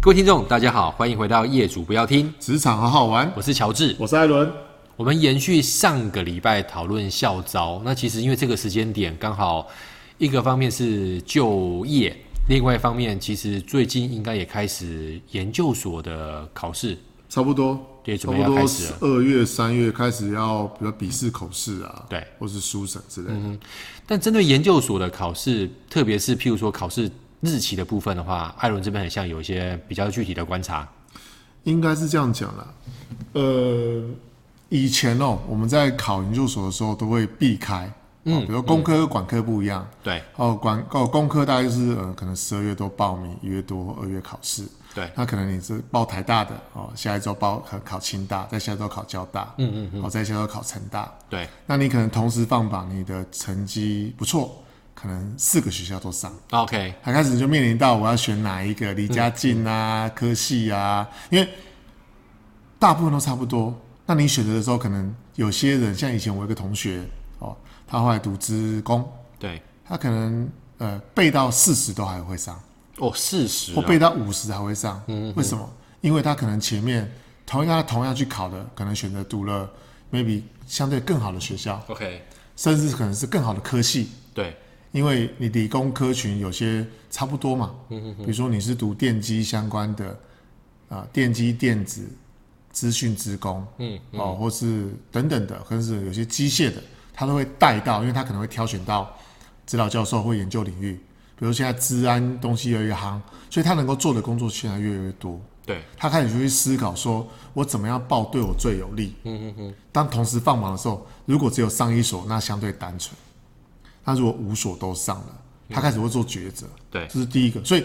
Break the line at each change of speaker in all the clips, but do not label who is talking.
各位听众，大家好，欢迎回到《业主不要听》，
职场好好玩，
我是乔治。
我是艾伦。
我们延续上个礼拜讨论校招，那其实因为这个时间点刚好，一个方面是就业，另外一方面其实最近应该也开始研究所的考试，
差不多，
对
差
准备
不
要开
多
始了
二月、三月开始要，比如笔试、口试啊，
对，嗯
或是书审之类的。
但针对研究所的考试，特别是譬如说考试日期的部分的话，艾伦这边很像有一些比较具体的观察。
应该是这样讲啦。呃，以前哦，我们在考研究所的时候都会避开，嗯，比如说工科、跟管科不一样，
对
哦，管哦工科大概就是呃，可能十二月多报名，一月多二月考试，
对，
那可能你是报台大的哦，下一周报考考清大，再下一周考交大，嗯嗯嗯，哦，再下一周考成大，
对
那你可能同时放榜，你的成绩不错，可能四个学校都上。
，OK，
他开始就面临到我要选哪一个离家近啊、科系啊，因为大部分都差不多。那你选择的时候，可能有些人像以前我有一个同学哦，他后来读职工，
对，
他可能呃背到四十都还会上，
哦，事实、
或背到五十还会上。为什么？因为他可能前面同样同样去考的，可能选择读了 maybe 相对更好的学校，
OK，
甚至可能是更好的科系，
对
因为你理工科群有些差不多嘛，比如说你是读电机相关的，啊、电机电子、资讯职工，嗯，哦，或是等等的，或者是有些机械的，他都会带到，因为他可能会挑选到指导教授或研究领域，比如现在治安东西越来越夯，所以他能够做的工作现在越来越多，
对
他开始就去思考说，我怎么样报对我最有利。嗯嗯嗯。当同时放榜的时候，如果只有上一所，那相对单纯；那如果五所都上了，他开始会做抉择。
对
这是第一个。所以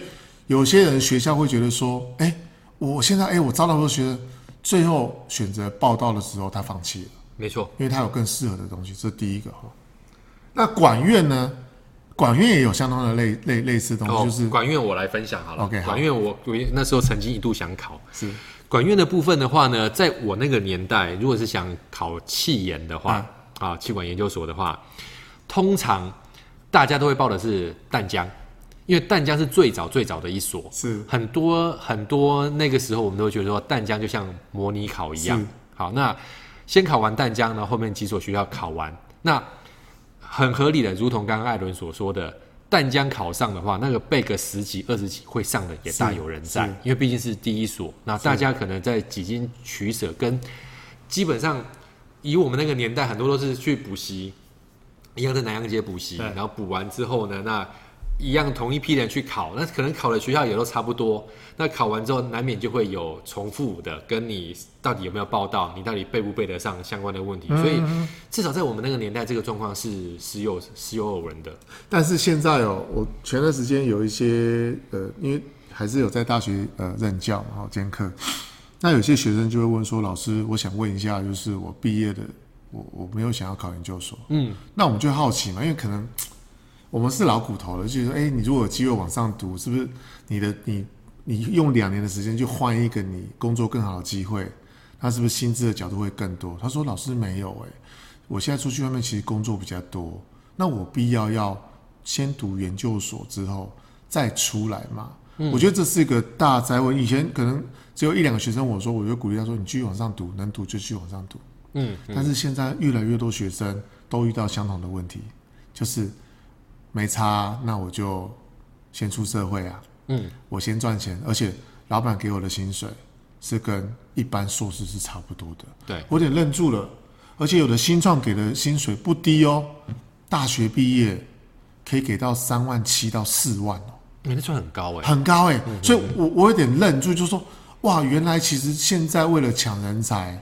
有些人学校会觉得说，哎、我现在哎、我招到很多学生，最后选择报到的时候，他放弃了。
没错，
因为它有更适合的东西，这是第一个哈。那管院呢？管院也有相当的类类类似的东西，哦就是
哦管院我来分享好了。
OK，好
管院我我那时候曾经一度想考
是
管院的部分的话呢，在我那个年代，如果是想考气研的
嗯
话，啊，气管研究所的话，通常大家都会报的是淡江，因为淡江是最早最早的一所，
是
很多很多那个时候我们都会觉得说淡江就像模拟考一样
是。
好，那先考完淡江呢，然后后面几所学校考完，那很合理的，如同刚刚艾伦所说的，淡江考上的话，那个背个十几、二十几会上的也大有人在
是，
因为毕竟是第一所，那大家可能在几经取舍，跟基本上以我们那个年代，很多都是去补习，一样在南洋街补习，
对
然后补完之后呢，那一样同一批人去考，那可能考的学校也都差不多。那考完之后，难免就会有重复的，跟你到底有没有报到，你到底背不背得上相关的问题。所
嗯
以至少在我们那个年代，这个状况是时有时有偶闻的。
但是现在哦，我前段时间有一些呃，因为还是有在大学呃任教嘛，然后兼课。那有些学生就会问说：“老师，我想问一下，就是我毕业的，我我没有想要考研究所。”嗯，那我们就好奇嘛，因为可能我们是老骨头了，就是说，哎、你如果有机会往上读，是不是你的你你用两年的时间去换一个你工作更好的机会，那是不是薪资的角度会更多？他说：“老师没有、诶，哎我现在出去外面其实工作比较多，那我必要要先读研究所之后再出来嘛？我觉得这是一个大灾问。以前可能只有一两个学生，我说我就鼓励他说：“你继续往上读，能读就继续往上读。”
嗯，
但是现在越来越多学生都遇到相同的问题，就是没差啊，那我就先出社会啊，
嗯，
我先赚钱，而且老板给我的薪水是跟一般硕士是差不多的，
对，
我有点愣住了。而且有的新创给的薪水不低哦，大学毕业可以给到三万七到四万哦，
你那算很高哎、
很高哎、所以我我有点愣住，就说哇，原来其实现在为了抢人才，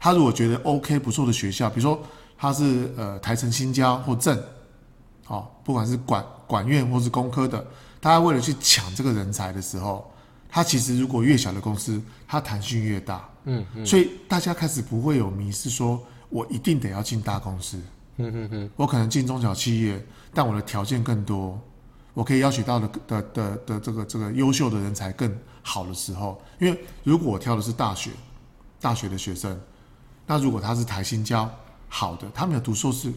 他如果觉得 OK 不错的学校，比如说他是呃台城新交或正，哦，不管是管管院或是工科的，大家为了去抢这个人才的时候，他其实如果越小的公司，它弹性越大，嗯，所以大家开始不会有迷失，说我一定得要进大公司，嗯嗯嗯，我可能进中小企业，但我的条件更多，我可以要取到的的的的这个这个优秀的人才更好的时候，因为如果我挑的是大学，大学的学生，那如果他是台新交好的，他没有读硕士，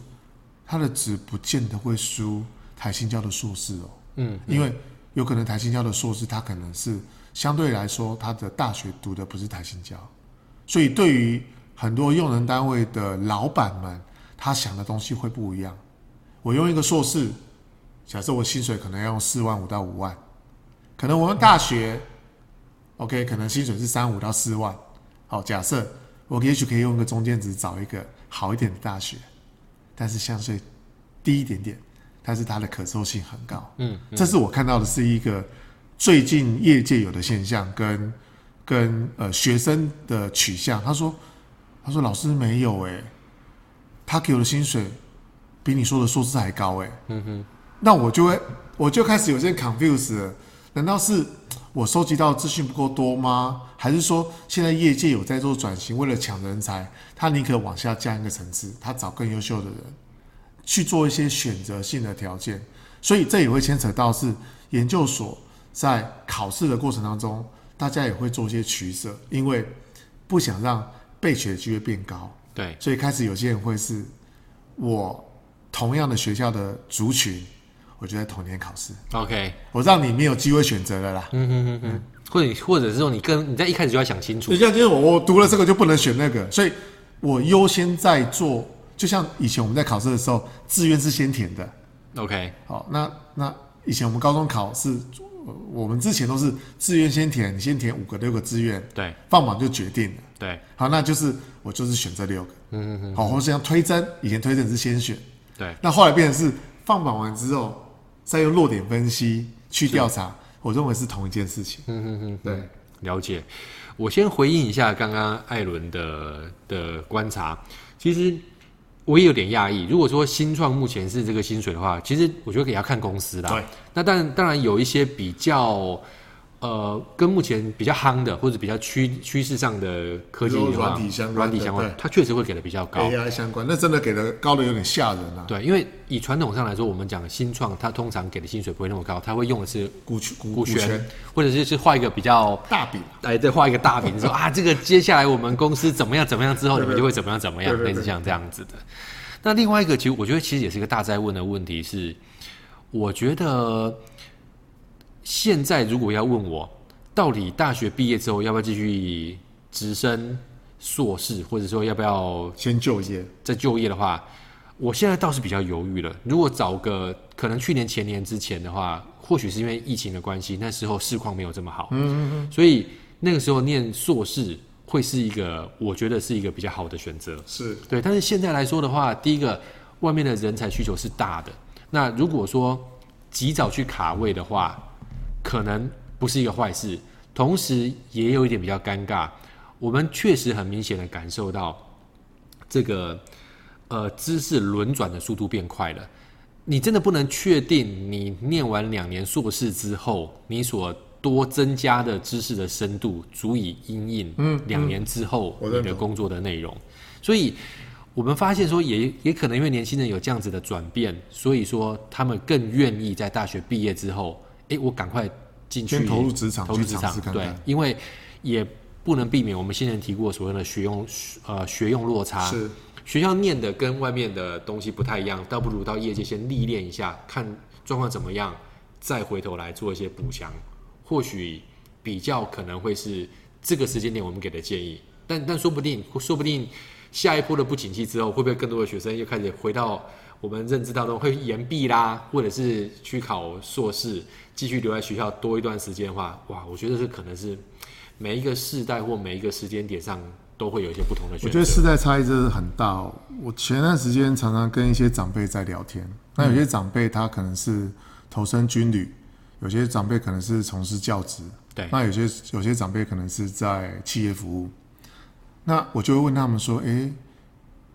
他的值不见得会输台新交的硕士哦。
嗯，
因为有可能台新交的硕士他可能是相对来说，他的大学读的不是台新教，所以对于很多用人单位的老板们，他想的东西会不一样。我用一个硕士，假设我薪水可能要用四万五到五万，可能我们大学，OK，可能薪水是三五到四万。好，假设我也许可以用一个中间值找一个好一点的大学，但是相对低一点点，但是它的可塑性很高。
嗯，
这是我看到的是一个最近业界有的现象跟，跟呃学生的取向。他说，他说老师没有哎、他给我的薪水比你说的硕士还高哎、
嗯哼，
那我就会我就开始有些 confuse 了。难道是我收集到资讯不够多吗？还是说现在业界有在做转型，为了抢人才，他宁可往下降一个层次，他找更优秀的人去做一些选择性的条件？所以这也会牵扯到是研究所在考试的过程当中，大家也会做一些取舍，因为不想让被取的机会变高。
对，
所以开始有些人会是，我同样的学校的族群，我就在同年考试，
OK，
我让你没有机会选择了啦。
嗯哼嗯哼，或者或者是说你跟你在一开始就要想清楚
就，像就是我我读了这个就不能选那个，所以我优先在做，就像以前我们在考试的时候，志愿是先填的。
OK，
好，那那以前我们高中考试，呃我们之前都是志愿先填，你先填五个六个志愿，
对
放榜就决定了。
对
好，那就是我就是选这六个，嗯嗯嗯，好，或者像推甄，以前推甄是先选，
对，
那后来变成是放榜完之后，再用弱点分析去调查，我认为是同一件事情。
嗯哼嗯哼，
对，
了解。我先回应一下刚刚艾伦的的观察，其实我也有点讶异。如果说新创目前是这个薪水的话，其实我觉得也要看公司啦。
对，
那但当然有一些比较。呃，跟目前比较夯的或者比较趋趋势上的科技
比
的
如
话，
软体相关的
软体相关
对，哎
它确实会给的比较高。
AI 相关，那真的给的高的有点吓人啊。
对，因为以传统上来说，我们讲新创，它通常给的薪水不会那么高，它会用的是
股权股
股权
权，
或者是是画一个比较
大饼，
哎，再画一个大饼，说 啊，这个接下来我们公司怎么样怎么样之后，你们就会怎么样怎么样
对，对
类
对
似像这样子的。那另外一个，其实我觉得其实也是一个大灾问的问题是，我觉得现在如果要问我，到底大学毕业之后要不要继续直升硕士，或者说要不要
先就业，
在就业的话，我现在倒是比较犹豫了。如果找个可能去年前年之前的话，或许是因为疫情的关系，那时候市况没有这么好，嗯嗯嗯，所以那个时候念硕士会是一个我觉得是一个比较好的选择。
是
对，但是现在来说的话，第一个外面的人才需求是大的，那如果说及早去卡位的话，可能不是一个坏事。同时也有一点比较尴尬，我们确实很明显的感受到这个呃知识轮转的速度变快了。你真的不能确定你念完两年硕士之后，你所多增加的知识的深度足以因应两年之后
我
你
认
的
同
工作的内容。所以我们发现说也，也可能因为年轻人有这样子的转变，所以说他们更愿意在大学毕业之后，诶，我赶快进去
先投入职场
投入
去
职
尝
场
试看
对
看，
因为也不能避免我们先前提过所谓的学用呃学用落差，
是
学校念的跟外面的东西不太一样，倒不如到业界先历练一下，看状况怎么样，再回头来做一些补强，或许比较可能会是这个时间点我们给的建议，但但说不定，说不定下一波的不景气之后，会不会更多的学生又开始回到我们认知当中，会延毕啦，或者是去考硕士，继续留在学校多一段时间的话，哇，我觉得这可能是每一个世代或每一个时间点上都会有一些不同的
我
选
觉
择
得。世代差异真的很大、哦。我前段时间常常跟一些长辈在聊天，那有些长辈他可能是投身军旅，有些长辈可能是从事教职，
对
那有些有些长辈可能是在企业服务，那我就会问他们说：“诶，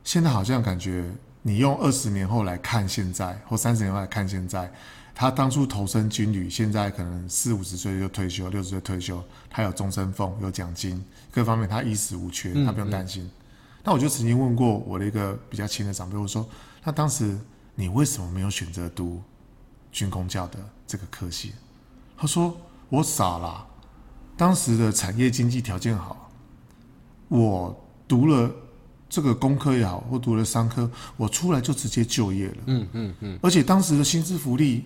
现在好像感觉你用二十年后来看现在，或三十年后来看现在，他当初投身军旅，现在可能四五十岁就退休，六十岁退休，他有终身俸，有奖金，各方面他衣食无缺，他不用担心。那我就曾经问过我的一个比较亲的长辈，我说：“那当时你为什么没有选择读军工教的这个科系？”他说：“我傻啦，当时的产业经济条件好，我读了这个工科也好，或读了商科，我出来就直接就业了。嗯嗯嗯。而且当时的薪资福利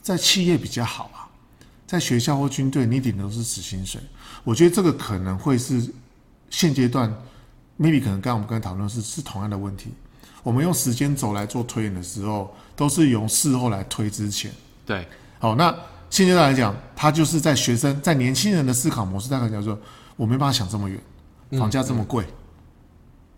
在企业比较好啊，在学校或军队，你顶多是死薪水。我觉得这个可能会是现阶段，maybe 可能刚刚我们刚才讨论的是是同样的问题。我们用时间轴来做推演的时候，都是由事后来推之前。
对，
好，那现阶段来讲，它就是在学生在年轻人的思考模式，大概叫做我没办法想这么远，房价这么贵，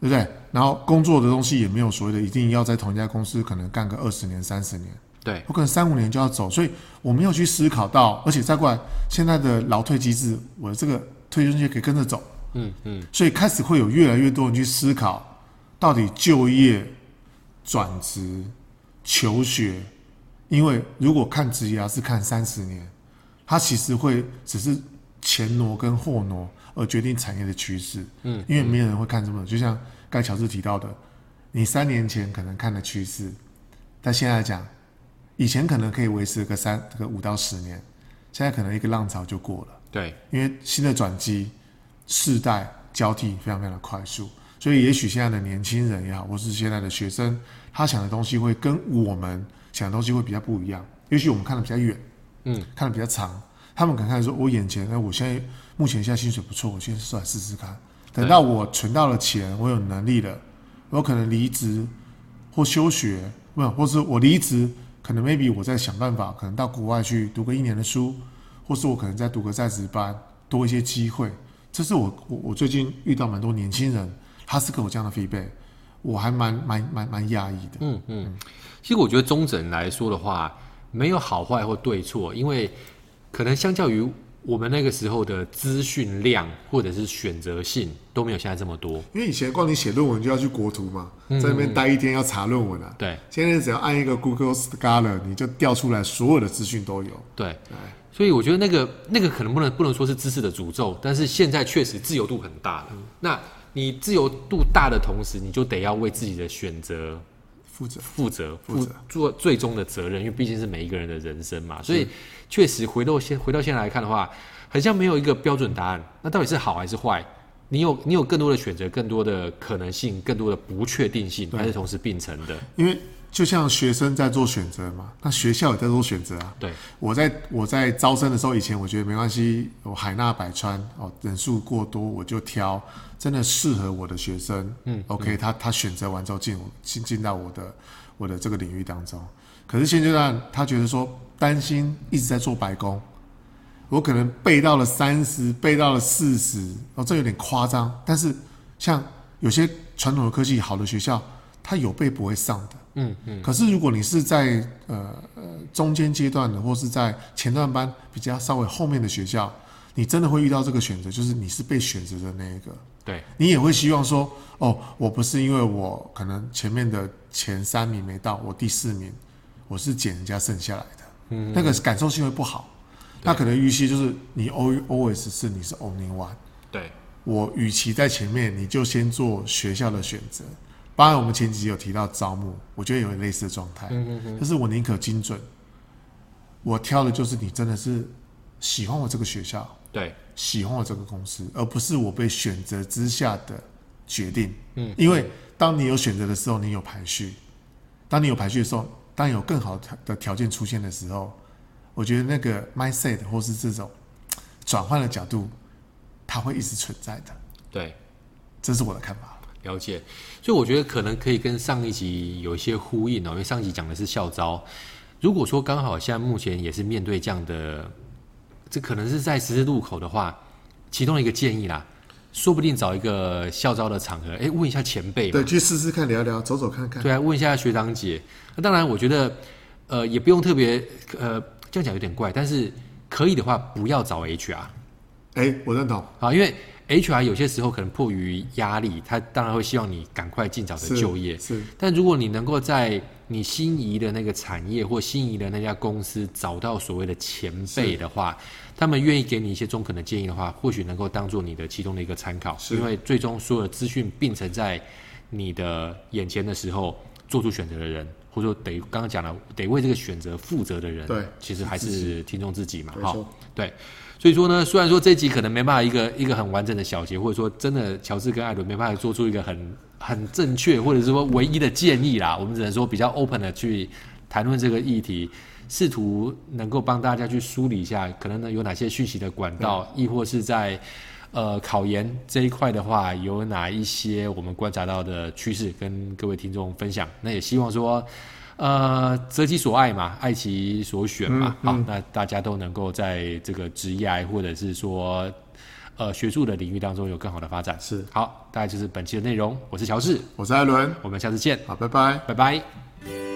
对不对？然后工作的东西也没有所谓的一定要在同一家公司可能干个二十年、三十年，
对，
我可能三五年就要走，所以我没有去思考到，而且再过来现在的劳退机制，我的这个退休金也可以跟着走，
嗯嗯，
所以开始会有越来越多人去思考，到底就业、转职、求学，因为如果看职涯是看三十年，它其实会只是前挪跟后挪而决定产业的趋势。
嗯，
因为没有人会看这么久，就像盖乔治提到的，你三年前可能看的趋势，但现在来讲，以前可能可以维持个三个五到十年，现在可能一个浪潮就过了。
对，
因为新的转机世代交替非常非常的快速，所以也许现在的年轻人也好，或是现在的学生，他想的东西会跟我们想的东西会比较不一样。也许我们看的比较远，
嗯，
看的比较长，他们可能看说，我眼前，哎，我现在目前现在薪水不错，我先出来试试看。等到我存到了钱，我有能力了，我可能离职或休学，不，或是我离职，可能 maybe 我在想办法，可能到国外去读个一年的书，或是我可能再读个在职班，多一些机会。这是我我我最近遇到蛮多年轻人，他是给我这样的 feedback，我还蛮蛮蛮蛮讶异的。
嗯嗯。其实我觉得中整来说的话，没有好坏或对错，因为可能相较于我们那个时候的资讯量或者是选择性都没有现在这么多。
因为以前光你写论文就要去国图嘛，在那边待一天要查论文啊。
对
现在只要按一个 Google Scholar，你就调出来所有的资讯都有。
对，所以我觉得那个那个可能不能不能说是知识的诅咒，但是现在确实自由度很大了。那你自由度大的同时，你就得要为自己的选择
负责
负责，
负责
做最终的责任，因为毕竟是每一个人的人生嘛。所以确实回到现回到现在来看的话，很像没有一个标准答案。那到底是好还是坏？你有你有更多的选择，更多的可能性，更多的不确定性，还是同时并成的？
因为就像学生在做选择嘛，那学校也在做选择啊。
对
我在我在招生的时候，以前我觉得没关系，我海纳百川哦，人数过多我就挑真的适合我的学生。嗯，OK，他他选择完之后进我进进到我的我的这个领域当中。可是现阶段他觉得说担心一直在做白工，我可能背到了三十，背到了四十，哦，这有点夸张。但是像有些传统的科技好的学校，它有背不会上的。
嗯嗯，
可是如果你是在呃呃中间阶段的，或是在前段班比较稍微后面的学校，你真的会遇到这个选择，就是你是被选择的那一个，
对
你也会希望说，哦，我不是因为我可能前面的前三名没到，我第四名，我是捡人家剩下来的，嗯，那个感受性会不好。那可能预期就是你 al- always 是你是 only one。
对
我与其在前面，你就先做学校的选择。当然，我们前几集有提到招募，我觉得有类似的状态，就是我宁可精准，我挑的就是你真的是喜欢我这个学校，
对
喜欢我这个公司，而不是我被选择之下的决定。嗯，因为当你有选择的时候，你有排序；当你有排序的时候，当有更好的条件出现的时候，我觉得那个 mindset 或是这种嘖转换的角度，它会一直存在的。
对。
这是我的看法。
了解，所以我觉得可能可以跟上一集有一些呼应哦，因为上一集讲的是校招。如果说刚好现在目前也是面对这样的，这可能是在十字路口的话，其中一个建议啦，说不定找一个校招的场合，哎，问一下前辈嘛，
去试试看，聊聊，走走看看。
对啊，问一下学长姐。那当然，我觉得呃也不用特别呃这样讲有点怪，但是可以的话不要找 HR。
哎、我认同。
啊，因为 HR 有些时候可能迫于压力，他当然会希望你赶快尽早的
是
就业。
是
但如果你能够在你心仪的那个产业或心仪的那家公司找到所谓的前辈的话，他们愿意给你一些中肯的建议的话，或许能够当做你的其中的一个参考。
是
因为最终所有的资讯并存在你的眼前的时候，做出选择的人，或者说得刚刚讲了，得为这个选择负责的人，
对
其实还是听众自己嘛，
没
哈
错。
对，所以说呢，虽然说这一集可能没办法一个一个很完整的小结，或者说真的乔治跟艾伦没办法做出一个很很正确或者是说唯一的建议啦，我们只能说比较 open 的去谈论这个议题，试图能够帮大家去梳理一下，可能呢有哪些讯息的管道，亦或是在呃考研这一块的话，有哪一些我们观察到的趋势，跟各位听众分享。那也希望说。呃，择其所爱嘛，爱其所选嘛。好，那大家都能够在这个职业或者是说呃学术的领域当中有更好的发展。
是
好，大概就是本期的内容。我是乔治，
我是艾伦，
我们下次见，
好，拜拜。
拜拜。